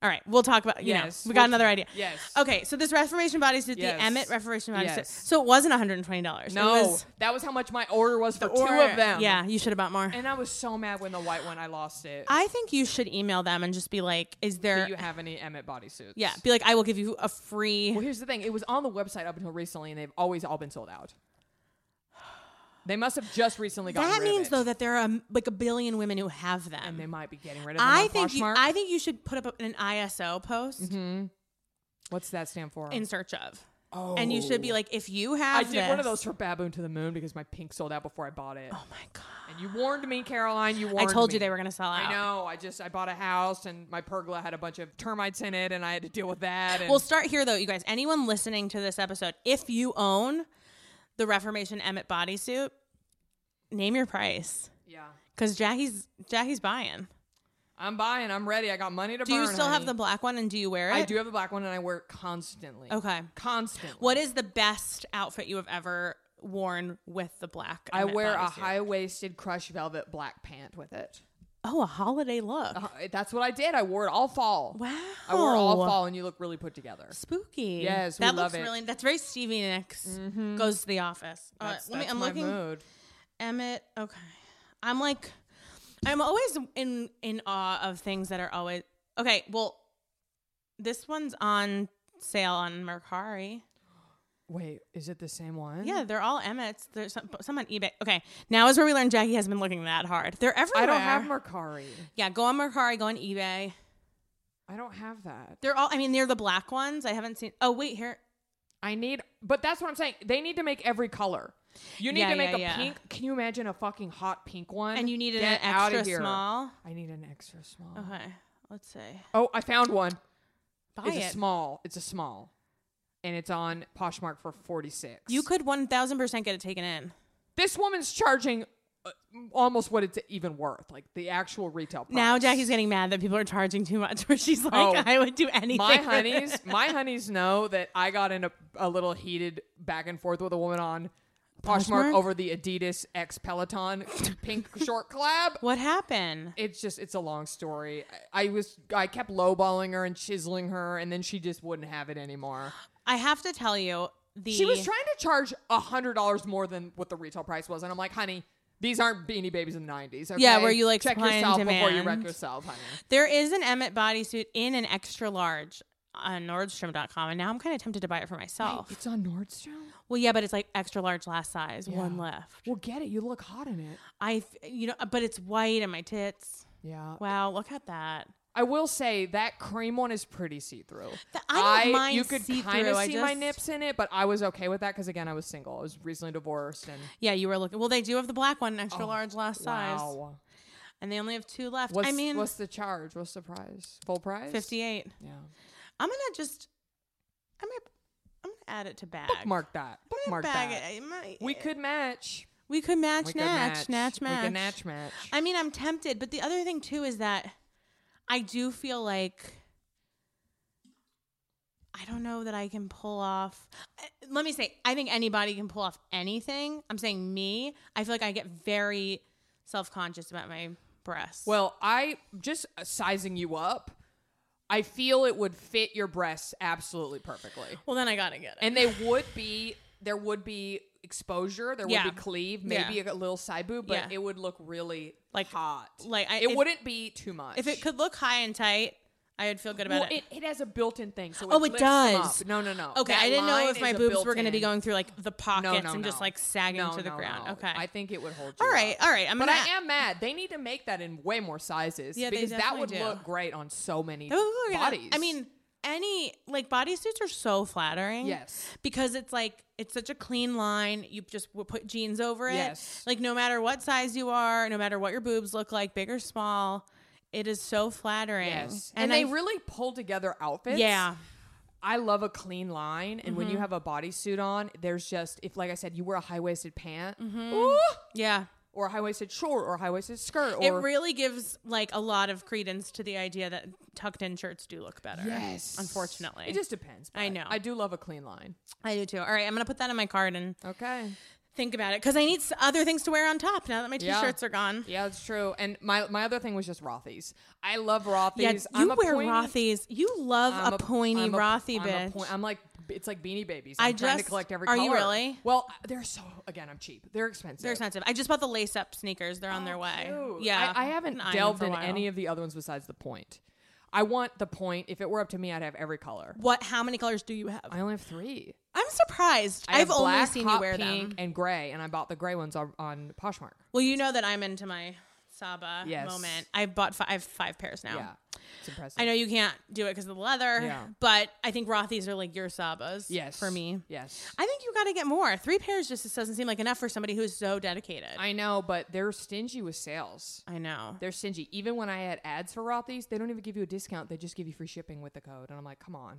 Speaker 2: All right, we'll talk about. You
Speaker 1: Yes,
Speaker 2: know, we got
Speaker 1: we'll-
Speaker 2: another idea.
Speaker 1: yes.
Speaker 2: Okay, so this Reformation bodysuit,
Speaker 1: Yes.
Speaker 2: the Emmett Reformation bodysuit.
Speaker 1: Yes.
Speaker 2: So it wasn't 120 dollars.
Speaker 1: No,
Speaker 2: it was
Speaker 1: that was how much my order was for two
Speaker 2: or-
Speaker 1: of them.
Speaker 2: Yeah, you should have bought more.
Speaker 1: And I was so mad when the white one I lost it.
Speaker 2: I think you should email them and just be like, "Is there?"
Speaker 1: Do you have any Emmett bodysuits?
Speaker 2: yeah, be like, "I will give you a free."
Speaker 1: Well, here's the thing. It was on the website up until recently, and they've always all been sold out. They must have just recently gotten
Speaker 2: that
Speaker 1: rid of
Speaker 2: means
Speaker 1: it.
Speaker 2: though that there are um, like a billion women who have them.
Speaker 1: and they might be getting rid of them.
Speaker 2: I
Speaker 1: on
Speaker 2: think you,
Speaker 1: Poshmark.
Speaker 2: I think you should put up an ISO post
Speaker 1: Mm-hmm. What's that stand for?
Speaker 2: in search of, oh. and you should be like, "If you have,"
Speaker 1: I did one of
Speaker 2: this-
Speaker 1: those for Baboon to the Moon because my pink sold out before I bought it.
Speaker 2: Oh my god.
Speaker 1: And you warned me, Caroline. You warned.
Speaker 2: I told
Speaker 1: me.
Speaker 2: you they were going to sell out.
Speaker 1: I know. I just I bought a house and my pergola had a bunch of termites in it, and I had to deal with that. And
Speaker 2: We'll start here, though, you guys. Anyone listening to this episode, if you own the Reformation Emmett bodysuit, name your price
Speaker 1: yeah,
Speaker 2: because Jackie's Jackie's buying.
Speaker 1: I'm buying. I'm ready. I got money to
Speaker 2: Do
Speaker 1: burn.
Speaker 2: you still have
Speaker 1: honey.
Speaker 2: the black one and do you wear it?
Speaker 1: I do have a black one, and I wear it constantly.
Speaker 2: Okay.
Speaker 1: Constantly.
Speaker 2: What is the best outfit you have ever worn with the black?
Speaker 1: I
Speaker 2: Emmett
Speaker 1: wear a
Speaker 2: bodysuit?
Speaker 1: high waisted crushed velvet black pant with it.
Speaker 2: Oh, a holiday look.
Speaker 1: Uh, that's what I did. I wore it all fall.
Speaker 2: wow.
Speaker 1: I wore it all fall, and you look really put together.
Speaker 2: Spooky.
Speaker 1: Yes, we
Speaker 2: that
Speaker 1: love
Speaker 2: looks
Speaker 1: it. Mm-hmm.
Speaker 2: really. That's very Stevie Nicks. Goes to the office. Uh,
Speaker 1: That's,
Speaker 2: let me.
Speaker 1: that's
Speaker 2: I'm
Speaker 1: my
Speaker 2: looking.
Speaker 1: mood.
Speaker 2: Emmett. Okay. I'm like, I'm always in in awe of things that are always okay. Well, this one's on sale on Mercari.
Speaker 1: Wait, is it the same one?
Speaker 2: Yeah, they're all Emmets. There's some, some on eBay. Okay, now is where we learn Jackie has been looking that hard. They're everywhere.
Speaker 1: I don't have Mercari.
Speaker 2: Yeah, go on Mercari, go on eBay.
Speaker 1: I don't have that.
Speaker 2: They're all. I mean, they're the black ones. I haven't seen. Oh wait, here.
Speaker 1: I need, but that's what I'm saying. They need to make every color. You need
Speaker 2: Yeah,
Speaker 1: to make
Speaker 2: yeah,
Speaker 1: a
Speaker 2: yeah.
Speaker 1: pink. Can you imagine a fucking hot pink one?
Speaker 2: And you needed
Speaker 1: Get
Speaker 2: an
Speaker 1: outta
Speaker 2: extra
Speaker 1: here.
Speaker 2: small.
Speaker 1: I need an extra small.
Speaker 2: Okay, let's see.
Speaker 1: Oh, I found one.
Speaker 2: Buy
Speaker 1: it's
Speaker 2: it.
Speaker 1: a small. It's a small, and it's on Poshmark for forty six.
Speaker 2: you could one thousand percent get it taken in.
Speaker 1: This woman's charging uh, almost what it's even worth, like the actual retail price.
Speaker 2: Now Jackie's getting mad that people are charging too much. Where she's like,
Speaker 1: Oh.
Speaker 2: I would do anything.
Speaker 1: my
Speaker 2: for this.
Speaker 1: honeys, my honeys know that I got in a, a little heated back and forth with a woman on Poshmark,
Speaker 2: Poshmark?
Speaker 1: over the Adidas X Peloton pink short collab.
Speaker 2: What happened?
Speaker 1: It's just it's a long story. I, I was I kept lowballing her and chiseling her, and then she just wouldn't have it anymore.
Speaker 2: I have to tell you, the
Speaker 1: She was trying to charge a hundred dollars more than what the retail price was, and I'm like, honey. These aren't Beanie Babies in the '90s. Okay?
Speaker 2: Yeah, where you, like,
Speaker 1: check
Speaker 2: supply and
Speaker 1: yourself before you wreck
Speaker 2: demand.
Speaker 1: yourself, honey.
Speaker 2: There is an Emmett bodysuit in an extra large on Nordstrom.com, and now I'm kind of tempted to buy it for myself.
Speaker 1: It's on Nordstrom.
Speaker 2: well, yeah, but it's like extra large last size, one left.
Speaker 1: Well, get it. You look hot in it.
Speaker 2: I, f- you know, but it's white and my tits.
Speaker 1: Yeah.
Speaker 2: Wow, look at that.
Speaker 1: I will say that cream one is pretty see through.
Speaker 2: Th- I don't mind
Speaker 1: You could
Speaker 2: see-through,
Speaker 1: kind of
Speaker 2: I
Speaker 1: see my
Speaker 2: just-
Speaker 1: nips in it, but I was okay with that because again, I was single. I was recently divorced, and
Speaker 2: Yeah, you were looking. Well, they do have the black one, an extra large last size,
Speaker 1: Oh, wow.
Speaker 2: and they only have two left.
Speaker 1: What's,
Speaker 2: I mean,
Speaker 1: what's the charge? What's the price? Full price?
Speaker 2: 58.
Speaker 1: Yeah.
Speaker 2: I'm gonna just, I'm gonna, I'm gonna add it to bag.
Speaker 1: Mark that.
Speaker 2: I'm gonna
Speaker 1: Mark
Speaker 2: bag
Speaker 1: that.
Speaker 2: It. I might-
Speaker 1: We could match.
Speaker 2: we could match,
Speaker 1: we could match.
Speaker 2: match, match, match.
Speaker 1: We could match match.
Speaker 2: I mean, I'm tempted, but the other thing too is that I do feel like I don't know that I can pull off. uh, Let me say, I think anybody can pull off anything. I'm saying me. I feel like I get very self conscious about my breasts.
Speaker 1: Well, I just uh, sizing you up. I feel it would fit your breasts absolutely perfectly.
Speaker 2: well, then I gotta get it.
Speaker 1: and they would be there would be exposure there
Speaker 2: Yeah.
Speaker 1: would be cleave maybe a little side boob but
Speaker 2: Yeah.
Speaker 1: it would look really
Speaker 2: Like-
Speaker 1: hot
Speaker 2: like, I-
Speaker 1: it
Speaker 2: if-
Speaker 1: wouldn't be too much
Speaker 2: if it could look high and tight, I would feel good about
Speaker 1: well, it, it has a built-in thing so
Speaker 2: Oh, it
Speaker 1: lifts them
Speaker 2: does.
Speaker 1: up. no no no
Speaker 2: Okay,
Speaker 1: That
Speaker 2: I didn't know
Speaker 1: line
Speaker 2: if my
Speaker 1: is a
Speaker 2: boobs were going to be
Speaker 1: built-in-
Speaker 2: going through like the
Speaker 1: no,
Speaker 2: pockets
Speaker 1: no,
Speaker 2: and just
Speaker 1: no.
Speaker 2: like sagging
Speaker 1: No,
Speaker 2: to the
Speaker 1: no,
Speaker 2: ground.
Speaker 1: no.
Speaker 2: Okay.
Speaker 1: i think it would hold you
Speaker 2: all right,
Speaker 1: up.
Speaker 2: all right. I'm
Speaker 1: but
Speaker 2: gonna.
Speaker 1: I am mad. They need to make that in way more sizes
Speaker 2: Yeah, they
Speaker 1: because that
Speaker 2: definitely
Speaker 1: would
Speaker 2: do.
Speaker 1: look great on so many
Speaker 2: That would Oh, look like-
Speaker 1: bodies.
Speaker 2: I mean, any like bodysuits are so flattering.
Speaker 1: Yes.
Speaker 2: Because it's like it's such a clean line. You just w- put jeans over it.
Speaker 1: Yes.
Speaker 2: Like no matter what size you are, no matter what your boobs look like, big or small, it is so flattering.
Speaker 1: yes, and, they
Speaker 2: I-
Speaker 1: really pull together outfits.
Speaker 2: yeah.
Speaker 1: I love a clean line, and when you have a bodysuit on, there's just if, like I said, you wear a high waisted pant, ooh,
Speaker 2: Yeah.
Speaker 1: or a high waisted short, or a high waisted skirt,
Speaker 2: It
Speaker 1: or
Speaker 2: really gives like a lot of credence to the idea that tucked in shirts do look better.
Speaker 1: yes,
Speaker 2: Unfortunately.
Speaker 1: it just depends.
Speaker 2: I
Speaker 1: but
Speaker 2: know.
Speaker 1: I do love a clean line.
Speaker 2: I do too. All right, I'm gonna put that in my card and
Speaker 1: Okay,
Speaker 2: think about it because I need s- other things to wear on top now that my
Speaker 1: Yeah.
Speaker 2: t-shirts are gone.
Speaker 1: yeah, it's true. And my my other thing was just Rothy's. I love Rothy's.
Speaker 2: Yeah, you
Speaker 1: I'm a
Speaker 2: wear
Speaker 1: pointy-
Speaker 2: Rothy's. You love
Speaker 1: I'm
Speaker 2: a, pointy
Speaker 1: I'm a-
Speaker 2: Rothy
Speaker 1: I'm a
Speaker 2: bitch.
Speaker 1: point- I'm like, it's like Beanie Babies. I'm
Speaker 2: I
Speaker 1: trying to
Speaker 2: just-
Speaker 1: collect every.
Speaker 2: are you
Speaker 1: color.
Speaker 2: really?
Speaker 1: Well, they're so again. I'm cheap. They're expensive.
Speaker 2: They're expensive. I just bought the lace-up sneakers. They're on their way. Yeah,
Speaker 1: Oh, I, I haven't
Speaker 2: Been eyeing them
Speaker 1: delved
Speaker 2: for a
Speaker 1: in
Speaker 2: while.
Speaker 1: any of the other ones besides the point. I want the point. If it were up to me, I'd have every color.
Speaker 2: What? How many colors do you have?
Speaker 1: I only have three.
Speaker 2: I'm surprised.
Speaker 1: I
Speaker 2: I've
Speaker 1: have
Speaker 2: only
Speaker 1: black,
Speaker 2: seen
Speaker 1: hot
Speaker 2: you wear
Speaker 1: pink,
Speaker 2: them.
Speaker 1: and gray, and I bought the gray ones on, on Poshmark.
Speaker 2: Well, you know that I'm into my Saba
Speaker 1: Yes.
Speaker 2: moment. I've bought five, I have five pairs now.
Speaker 1: Yeah, it's impressive.
Speaker 2: I know you can't do it because of the leather,
Speaker 1: Yeah.
Speaker 2: but I think Rothys are like your Sabas.
Speaker 1: Yes,
Speaker 2: for me.
Speaker 1: Yes,
Speaker 2: I think you got to get more. Three pairs just doesn't seem like enough for somebody who's so dedicated. I,
Speaker 1: I know, but they're stingy with sales.
Speaker 2: know.
Speaker 1: They're stingy. Even when I had ads for Rothy's, they don't even give you a discount. They just give you free shipping with the code. And I'm like, come on,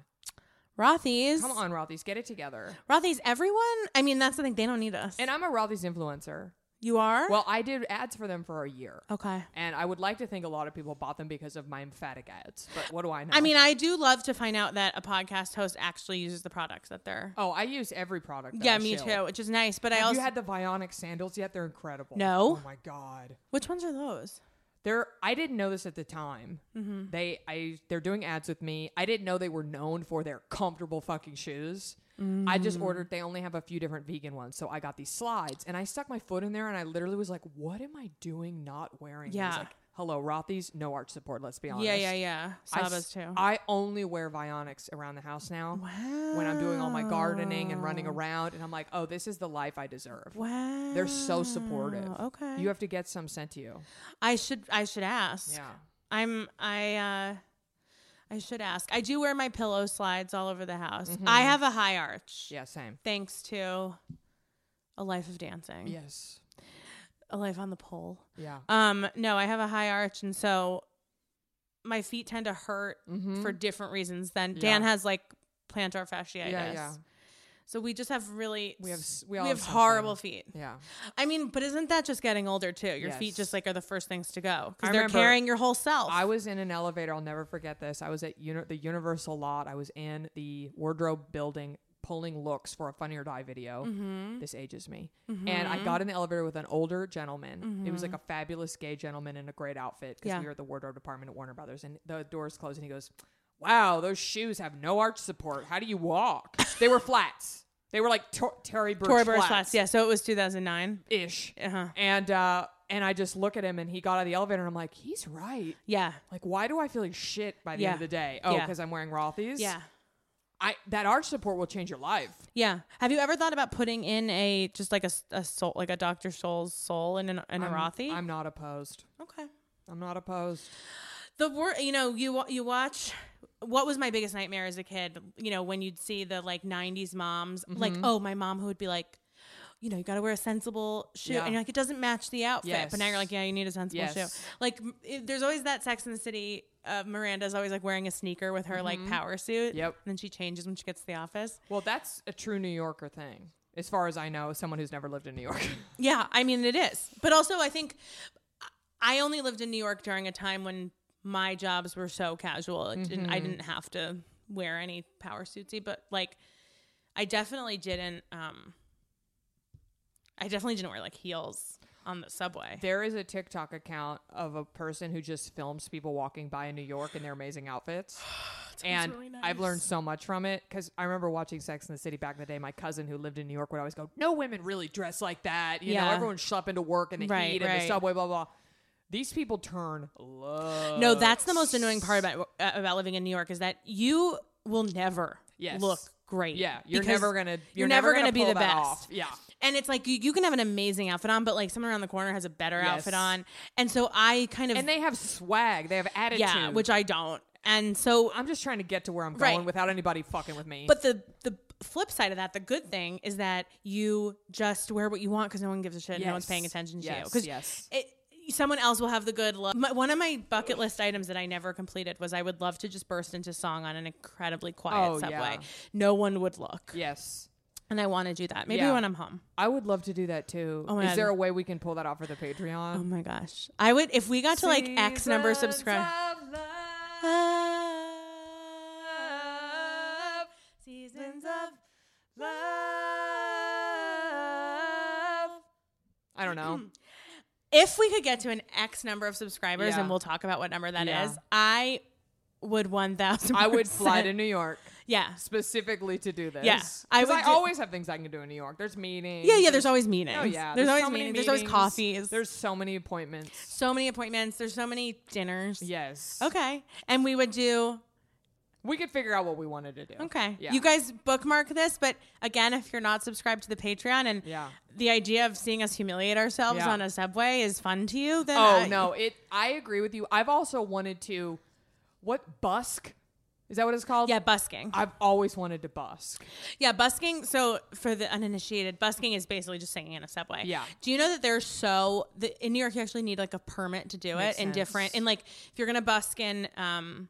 Speaker 2: Rothys.
Speaker 1: come on, Rothy's, get it together.
Speaker 2: Rothys, everyone. I mean, that's the thing. They don't need us.
Speaker 1: And I'm a Rothy's influencer.
Speaker 2: you are?
Speaker 1: Well, I did ads for them for a year.
Speaker 2: okay.
Speaker 1: And I would like to think a lot of people bought them because of my emphatic ads. But what do I know?
Speaker 2: I mean, I do love to find out that a podcast host actually uses the products that they're.
Speaker 1: oh, I use every product. that
Speaker 2: yeah,
Speaker 1: I
Speaker 2: me
Speaker 1: shill.
Speaker 2: too, which is nice. But I
Speaker 1: Have
Speaker 2: also.
Speaker 1: you had the Vionic sandals yet? They're incredible.
Speaker 2: No.
Speaker 1: Oh my god.
Speaker 2: which ones are those?
Speaker 1: They're I didn't know this at the time.
Speaker 2: Mm-hmm.
Speaker 1: They I they're doing ads with me. I didn't know they were known for their comfortable fucking shoes. I
Speaker 2: Mm.
Speaker 1: just ordered they only have a few different vegan ones. So I got these slides and I stuck my foot in there and I literally was like, What am I doing not wearing? these?"
Speaker 2: Yeah.
Speaker 1: like, Hello, Rothy's, no arch support, let's be honest.
Speaker 2: Yeah, yeah, yeah.
Speaker 1: I s-
Speaker 2: Sabas too.
Speaker 1: I only wear Vionics around the house now. When I'm doing all my gardening and running around, and I'm like, oh, this is the life I deserve.
Speaker 2: wow.
Speaker 1: They're so supportive.
Speaker 2: Okay.
Speaker 1: You have to get some sent to you.
Speaker 2: I should I should ask.
Speaker 1: Yeah.
Speaker 2: I'm I uh I should ask. I do wear my pillow slides all over the house. I have a high arch.
Speaker 1: Yeah, same.
Speaker 2: Thanks to a life of dancing.
Speaker 1: Yes.
Speaker 2: A life on the pole.
Speaker 1: Yeah.
Speaker 2: Um no, I have a high arch and so my feet tend to hurt for different reasons than Dan
Speaker 1: Mm-hmm. Yeah.
Speaker 2: has like plantar fasciitis.
Speaker 1: Yeah, yeah.
Speaker 2: So we just have really
Speaker 1: We have s- we all
Speaker 2: we have
Speaker 1: have
Speaker 2: horrible feet.
Speaker 1: Yeah.
Speaker 2: I mean, but isn't that just getting older too? Your feet
Speaker 1: Yes.
Speaker 2: just like are the first things to go
Speaker 1: I
Speaker 2: because they're
Speaker 1: remember-
Speaker 2: carrying your whole self.
Speaker 1: I was in an elevator. I'll never forget this. I was at uni- the Universal lot. I was in the wardrobe building pulling looks for a Funny or Die video.
Speaker 2: Mm-hmm.
Speaker 1: This ages me. And I got in the elevator with an older gentleman. It was like a fabulous gay gentleman in a great outfit because
Speaker 2: Mm-hmm. Yeah.
Speaker 1: we were at the wardrobe department at Warner Brothers. And the doors closed and he goes, Wow, those shoes have no arch support. How do you walk? they were flats. They were like Tor- Terry Birch
Speaker 2: Tory Burch
Speaker 1: flats
Speaker 2: flats. Yeah, so it was 2009.
Speaker 1: ish.
Speaker 2: Uh-huh.
Speaker 1: And uh, and I just look at him and he got out of the elevator and I'm like, he's right.
Speaker 2: Yeah.
Speaker 1: Like, why do I feel like shit by the
Speaker 2: Yeah.
Speaker 1: end of the day? Oh,
Speaker 2: Yeah.
Speaker 1: because I'm wearing Rothy's.
Speaker 2: Yeah.
Speaker 1: I that arch support will change your life.
Speaker 2: Yeah. Have you ever thought about putting in a just like a, s- a soul, like a Dr. Soul's soul in an, in a Rothi?
Speaker 1: I'm not opposed.
Speaker 2: okay.
Speaker 1: I'm not opposed.
Speaker 2: The word, you know, you wa- you watch. What was my biggest nightmare as a kid? You know, when you'd see the like '90s moms, like,
Speaker 1: Mm-hmm.
Speaker 2: oh, my mom who would be like, you know, you got to wear a sensible shoe,
Speaker 1: Yeah.
Speaker 2: and you're like, it doesn't match the outfit. But now you're
Speaker 1: Yes.
Speaker 2: like, yeah, you need a sensible shoe.
Speaker 1: Yes.
Speaker 2: Like, m- it- there's always that Sex in the City. Uh, Miranda's always like wearing a sneaker with her like power suit.
Speaker 1: Mm-hmm. Yep.
Speaker 2: And then she changes when she gets to the office.
Speaker 1: Well, that's a true New Yorker thing, as far as I know. Someone who's never lived in New York.
Speaker 2: Yeah, I mean it is. But also I think I only lived in New York during a time when my jobs were so casual. It didn't,
Speaker 1: Mm-hmm.
Speaker 2: I didn't have to wear any power suitsy, but like I definitely didn't um I definitely didn't wear like heels on the subway.
Speaker 1: there is a TikTok account of a person who just films people walking by in New York in their amazing outfits. and
Speaker 2: really
Speaker 1: I've learned
Speaker 2: nice.
Speaker 1: so much from it because I remember watching Sex in the City back in the day. My cousin who lived in New York would always go, "No women really dress like that. You know,
Speaker 2: Yeah.
Speaker 1: everyone's schlepping to work in the
Speaker 2: Right,
Speaker 1: heat and
Speaker 2: right.
Speaker 1: the subway, blah blah." These people turn low.
Speaker 2: No, that's the most annoying part about uh, about living in New York is that you will never
Speaker 1: Yes.
Speaker 2: look great.
Speaker 1: Yeah, you're
Speaker 2: because
Speaker 1: never gonna. You're,
Speaker 2: you're never gonna be
Speaker 1: pull
Speaker 2: the
Speaker 1: that
Speaker 2: best.
Speaker 1: Off. Yeah,
Speaker 2: And it's like you, you can have an amazing outfit on, but like someone around the corner has a better
Speaker 1: Yes.
Speaker 2: outfit on. And so I kind of
Speaker 1: and they have swag. They have attitude.
Speaker 2: yeah, which I don't. And so
Speaker 1: I'm just trying to get to where I'm
Speaker 2: Right.
Speaker 1: going without anybody fucking with me.
Speaker 2: but the the flip side of that, the good thing is that you just wear what you want because no one gives a shit. and No one's
Speaker 1: Yes.
Speaker 2: paying attention to you
Speaker 1: Yes,
Speaker 2: because
Speaker 1: yes.
Speaker 2: it. Someone else will have the good look. My, one of my bucket list items that I never completed was I would love to just burst into song on an incredibly quiet
Speaker 1: Oh,
Speaker 2: subway.
Speaker 1: yeah.
Speaker 2: No one would look,
Speaker 1: yes,
Speaker 2: and I want to do that. Maybe
Speaker 1: Yeah.
Speaker 2: when I'm home.
Speaker 1: I would love to do that too.
Speaker 2: Oh my
Speaker 1: Is
Speaker 2: God.
Speaker 1: there a way we can pull that off for the Patreon?
Speaker 2: Oh my gosh, I would if we got to like X number of subscribers. Seasons of
Speaker 1: I don't know.
Speaker 2: if we could get to an X number of subscribers,
Speaker 1: Yeah.
Speaker 2: and we'll talk about what number that is,
Speaker 1: Yeah.
Speaker 2: I would one thousand.
Speaker 1: I would fly to New York
Speaker 2: Yeah,
Speaker 1: specifically to do this.
Speaker 2: Yeah, I
Speaker 1: I
Speaker 2: would
Speaker 1: I
Speaker 2: do-
Speaker 1: always have things I can do in New York. There's meetings.
Speaker 2: yeah, yeah. There's always meetings.
Speaker 1: oh yeah.
Speaker 2: there's, always
Speaker 1: so many
Speaker 2: meetings. There's always coffees.
Speaker 1: There's so many appointments.
Speaker 2: so many appointments. There's so many dinners.
Speaker 1: Yes.
Speaker 2: Okay, and we would do.
Speaker 1: We could figure out what we wanted to do.
Speaker 2: Okay,
Speaker 1: Yeah.
Speaker 2: you guys bookmark this, but again, if you're not subscribed to the Patreon and
Speaker 1: Yeah.
Speaker 2: the idea of seeing us humiliate ourselves
Speaker 1: Yeah.
Speaker 2: on a subway is fun to you, then uh,
Speaker 1: Oh
Speaker 2: I-
Speaker 1: no, it. I agree with you. I've also wanted to. What busk? Is that what it's called?
Speaker 2: yeah, busking.
Speaker 1: I've always wanted to busk.
Speaker 2: Yeah, busking. So for the uninitiated, busking is basically just singing in a subway.
Speaker 1: Yeah.
Speaker 2: Do you know that there's so the, in New York you actually need like a permit to do
Speaker 1: Makes
Speaker 2: it in different
Speaker 1: sense.
Speaker 2: and like if you're gonna busk in um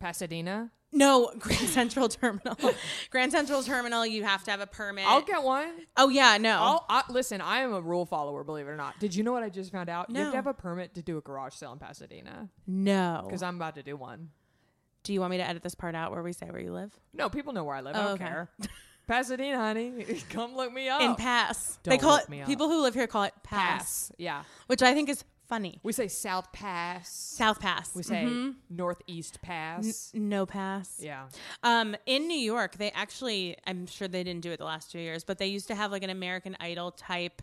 Speaker 1: Pasadena.
Speaker 2: no Grand Central Terminal, Grand Central Terminal you have to have a permit.
Speaker 1: I'll get one.
Speaker 2: oh yeah, no.
Speaker 1: I'll I, listen. I am a rule follower, believe it or not. Did you know what I just found out? You have
Speaker 2: No.
Speaker 1: to have a permit to do a garage sale in Pasadena
Speaker 2: no.
Speaker 1: because I'm about to do one.
Speaker 2: Do you want me to edit this part out where we say where you live?
Speaker 1: No, people know where I live. I
Speaker 2: Oh,
Speaker 1: don't
Speaker 2: okay.
Speaker 1: care. Pasadena, honey, come look me up.
Speaker 2: In pass.
Speaker 1: Oh. Don't
Speaker 2: they call
Speaker 1: look
Speaker 2: it
Speaker 1: me up.
Speaker 2: people who live here call it pass,
Speaker 1: Pass. Yeah.
Speaker 2: which I think is funny.
Speaker 1: We say South Pass.
Speaker 2: South Mm-hmm. Pass. Mm-hmm.
Speaker 1: We say Northeast Pass.
Speaker 2: no pass.
Speaker 1: yeah.
Speaker 2: Um, in New York, they actually, I'm sure they didn't do it the last two years, but they used to have like an American Idol type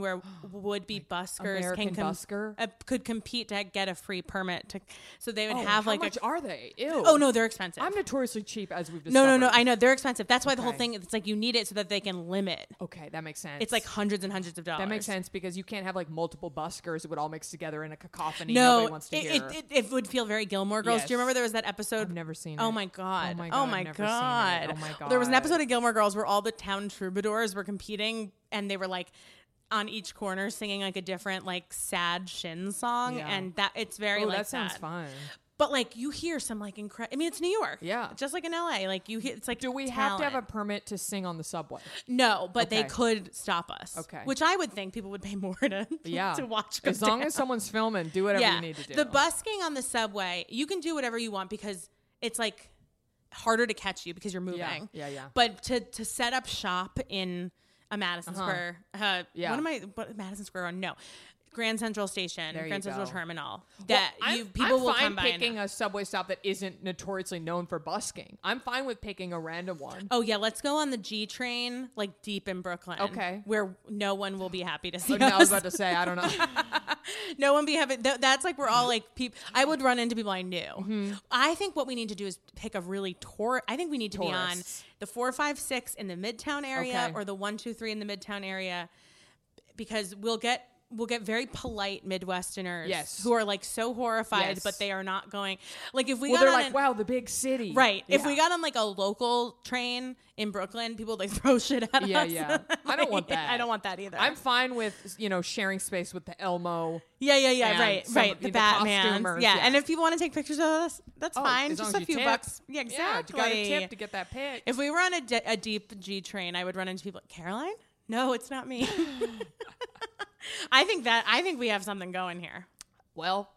Speaker 2: where would be buskers
Speaker 1: American
Speaker 2: can com-
Speaker 1: busker?
Speaker 2: uh, could compete to get a free permit to, so they would
Speaker 1: Oh,
Speaker 2: have
Speaker 1: how
Speaker 2: like
Speaker 1: much
Speaker 2: a,
Speaker 1: are they? Ew.
Speaker 2: oh no, they're expensive.
Speaker 1: I'm notoriously cheap, as we've
Speaker 2: no,
Speaker 1: discovered.
Speaker 2: no, no. I know they're expensive. That's why the whole
Speaker 1: Okay.
Speaker 2: thing. It's like you need it so that they can limit.
Speaker 1: okay, that makes sense.
Speaker 2: It's like hundreds and hundreds of dollars.
Speaker 1: that makes sense because you can't have like multiple buskers. It would all mix together in a cacophony.
Speaker 2: No,
Speaker 1: nobody wants to
Speaker 2: it,
Speaker 1: hear.
Speaker 2: It, it, it would feel very Gilmore Girls. Do you
Speaker 1: Yes.
Speaker 2: remember there was that episode?
Speaker 1: I've never seen
Speaker 2: Oh
Speaker 1: it.
Speaker 2: my god!
Speaker 1: Oh my
Speaker 2: Oh
Speaker 1: God,
Speaker 2: my
Speaker 1: I've never seen it.
Speaker 2: god!
Speaker 1: Oh my
Speaker 2: There was an
Speaker 1: God.
Speaker 2: episode of Gilmore Girls where all the town troubadours were competing, and they were like on each corner singing like a different like sad Shin song,
Speaker 1: Yeah.
Speaker 2: and that it's very
Speaker 1: oh,
Speaker 2: like
Speaker 1: that sounds fun.
Speaker 2: But like you hear some like incredible. I mean, it's New York.
Speaker 1: Yeah.
Speaker 2: just like in LA. Like you hear it's like
Speaker 1: Do we have to have a permit to sing on the subway?
Speaker 2: no? But they
Speaker 1: Okay.
Speaker 2: could stop us.
Speaker 1: Okay.
Speaker 2: which I would think people would pay more to
Speaker 1: Yeah.
Speaker 2: to watch. go
Speaker 1: As long
Speaker 2: down.
Speaker 1: as someone's filming, do whatever you need to do.
Speaker 2: The busking on the subway, you can do whatever you want because it's like harder to catch you because you're moving.
Speaker 1: yeah, yeah.
Speaker 2: But to to set up shop in a Madison Square, uh,
Speaker 1: Uh-huh. Yeah.
Speaker 2: What am I? What Madison Square? on? No, Grand Central Station,
Speaker 1: There you
Speaker 2: Grand Central
Speaker 1: go.
Speaker 2: Terminal.
Speaker 1: Well,
Speaker 2: That
Speaker 1: I'm-
Speaker 2: you people
Speaker 1: I'm
Speaker 2: will
Speaker 1: fine
Speaker 2: come by. and-
Speaker 1: picking a subway stop that isn't notoriously known for busking. I'm fine with picking a random one.
Speaker 2: Oh yeah, let's go on the G train, like deep in Brooklyn.
Speaker 1: Okay.
Speaker 2: where no one will be happy to see
Speaker 1: Oh, no, I was
Speaker 2: us.
Speaker 1: about to say, I don't know.
Speaker 2: no one be having th- that's like we're
Speaker 1: Mm-hmm.
Speaker 2: all like people i would run into people i knew i think what we need to do is pick a really tour i think we need to be on
Speaker 1: Tourists.
Speaker 2: the 456 in the midtown area
Speaker 1: Okay.
Speaker 2: or the 123 in the midtown area because we'll get we'll get very polite midwesterners
Speaker 1: Yes.
Speaker 2: who are like so horrified
Speaker 1: Yes.
Speaker 2: but they are not going like if we
Speaker 1: well,
Speaker 2: got
Speaker 1: they're
Speaker 2: on
Speaker 1: like,
Speaker 2: an-
Speaker 1: wow, the big city.
Speaker 2: right if we
Speaker 1: Yeah.
Speaker 2: got on like a local train in brooklyn people they throw shit at
Speaker 1: Yeah,
Speaker 2: us
Speaker 1: yeah. I don't want that.
Speaker 2: i don't want that either
Speaker 1: I'm fine with, you know, sharing space with the Elmo.
Speaker 2: Yeah, yeah, yeah.
Speaker 1: and
Speaker 2: right,
Speaker 1: some
Speaker 2: right.
Speaker 1: of
Speaker 2: The
Speaker 1: the
Speaker 2: Batman.
Speaker 1: costumers,
Speaker 2: Yeah.
Speaker 1: yeah.
Speaker 2: and if people want to take pictures of us, that's
Speaker 1: Oh,
Speaker 2: fine.
Speaker 1: as long as
Speaker 2: Just a
Speaker 1: you
Speaker 2: few
Speaker 1: tip.
Speaker 2: bucks. Yeah,
Speaker 1: Yeah, you
Speaker 2: exactly.
Speaker 1: got to tip to get that pic.
Speaker 2: if we were on a, de- a deep G train, I would run into people. Caroline? No, it's not me. I think that I think we have something going here.
Speaker 1: well,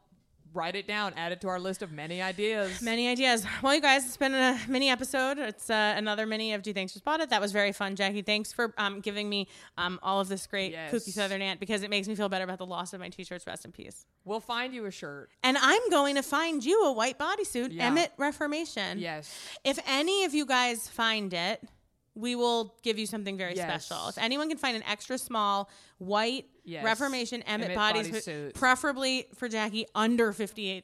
Speaker 1: write it down. Add it to our list of many ideas.
Speaker 2: Many ideas. Well, you guys, it's been a mini episode. It's uh, another mini of Do You Think She Spotted. That was very fun, Jackie. Thanks for um, giving me um, all of this great
Speaker 1: Yes.
Speaker 2: kooky Southern aunt because it makes me feel better about the loss of my t-shirts. Rest in peace.
Speaker 1: We'll find you a shirt.
Speaker 2: And I'm going to find you a white bodysuit,
Speaker 1: Yeah.
Speaker 2: Emmett Reformation.
Speaker 1: Yes.
Speaker 2: If any of you guys find it, we will give you something very
Speaker 1: Yes.
Speaker 2: special. If anyone can find an extra small white
Speaker 1: Yes.
Speaker 2: Reformation Emmett,
Speaker 1: Emmett
Speaker 2: bodies,
Speaker 1: bodysuit.
Speaker 2: preferably for Jackie, under fifty-eight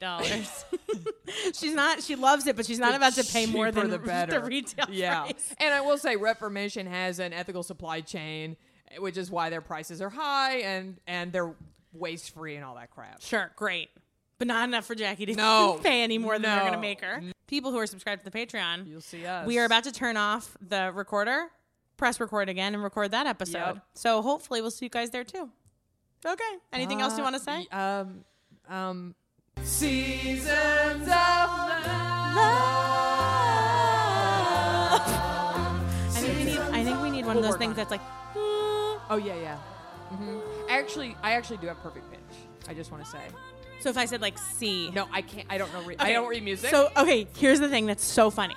Speaker 2: dollars. she's not. She loves it, but she's not about to pay more
Speaker 1: cheaper
Speaker 2: than
Speaker 1: the better
Speaker 2: retail
Speaker 1: yeah
Speaker 2: price.
Speaker 1: and i will say reformation has an ethical supply chain eh, which is why their prices are high and and they're waste free and all that crap
Speaker 2: Sure, great, but not enough for Jackie to
Speaker 1: No.
Speaker 2: pay any more than they're going to
Speaker 1: No.
Speaker 2: make her. People who are subscribed to the Patreon,
Speaker 1: you'll see us
Speaker 2: we are about to turn off the recorder, press record again, and record that episode.
Speaker 1: Yep.
Speaker 2: So hopefully we'll see you guys there too. Okay. Anything else you
Speaker 1: Uh,
Speaker 2: want to say?
Speaker 1: um um seasons of love
Speaker 2: I think we need. I think we need one
Speaker 1: We'll
Speaker 2: of those
Speaker 1: work
Speaker 2: things
Speaker 1: on it.
Speaker 2: that's like. "Ah."
Speaker 1: oh yeah yeah hmm actually i actually do have perfect pitch i just want to say
Speaker 2: So if I said like C.
Speaker 1: no i can't i don't know re- i
Speaker 2: Okay.
Speaker 1: don't read music
Speaker 2: So okay, here's the thing that's so funny,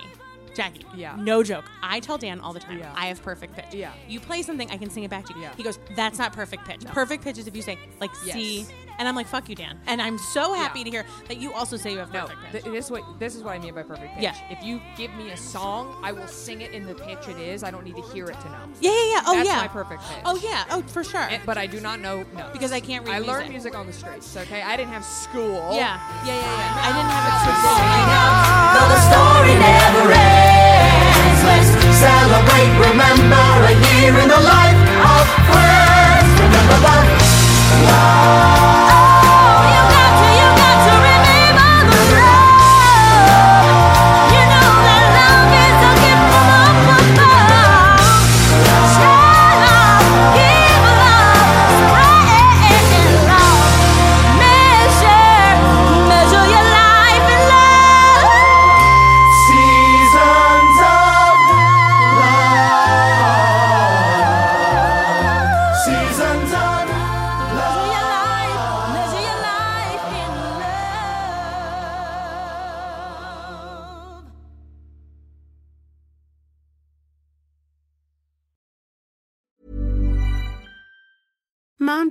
Speaker 2: Jackie.
Speaker 1: Yeah.
Speaker 2: No joke. I tell Dan all the time.
Speaker 1: Yeah.
Speaker 2: I have perfect pitch.
Speaker 1: Yeah.
Speaker 2: You play something, I can sing it back to you.
Speaker 1: Yeah.
Speaker 2: He goes, that's not perfect pitch. Perfect pitch is if you say like C,
Speaker 1: Yes.
Speaker 2: and I'm like, fuck you, Dan. And I'm so happy
Speaker 1: Yeah.
Speaker 2: to hear that you also say you have
Speaker 1: No,
Speaker 2: perfect pitch.
Speaker 1: th- this what this is what I mean by perfect pitch.
Speaker 2: Yeah.
Speaker 1: If you give me a song, I will sing it in the pitch it is. I don't need to hear it to know.
Speaker 2: Yeah, yeah, yeah. Oh,
Speaker 1: That's
Speaker 2: yeah.
Speaker 1: my perfect pitch.
Speaker 2: Oh, yeah. Oh, for sure.
Speaker 1: And- but I do not know no
Speaker 2: Because I can't read
Speaker 1: I learned
Speaker 2: music.
Speaker 1: music on the streets. Okay, I didn't have school.
Speaker 2: yeah. Yeah, yeah, yeah. I didn't have it twisted. I
Speaker 3: Though the story never ends, let's celebrate, remember a year in the life of friends. Remember love. Oh, you got to, you got to remember the love. You know that love is a gift from above. Share love, give love, spread love. Measure, measure your life in love.
Speaker 4: Seasons of love. Seasons of love.
Speaker 3: Measure your life
Speaker 4: Mom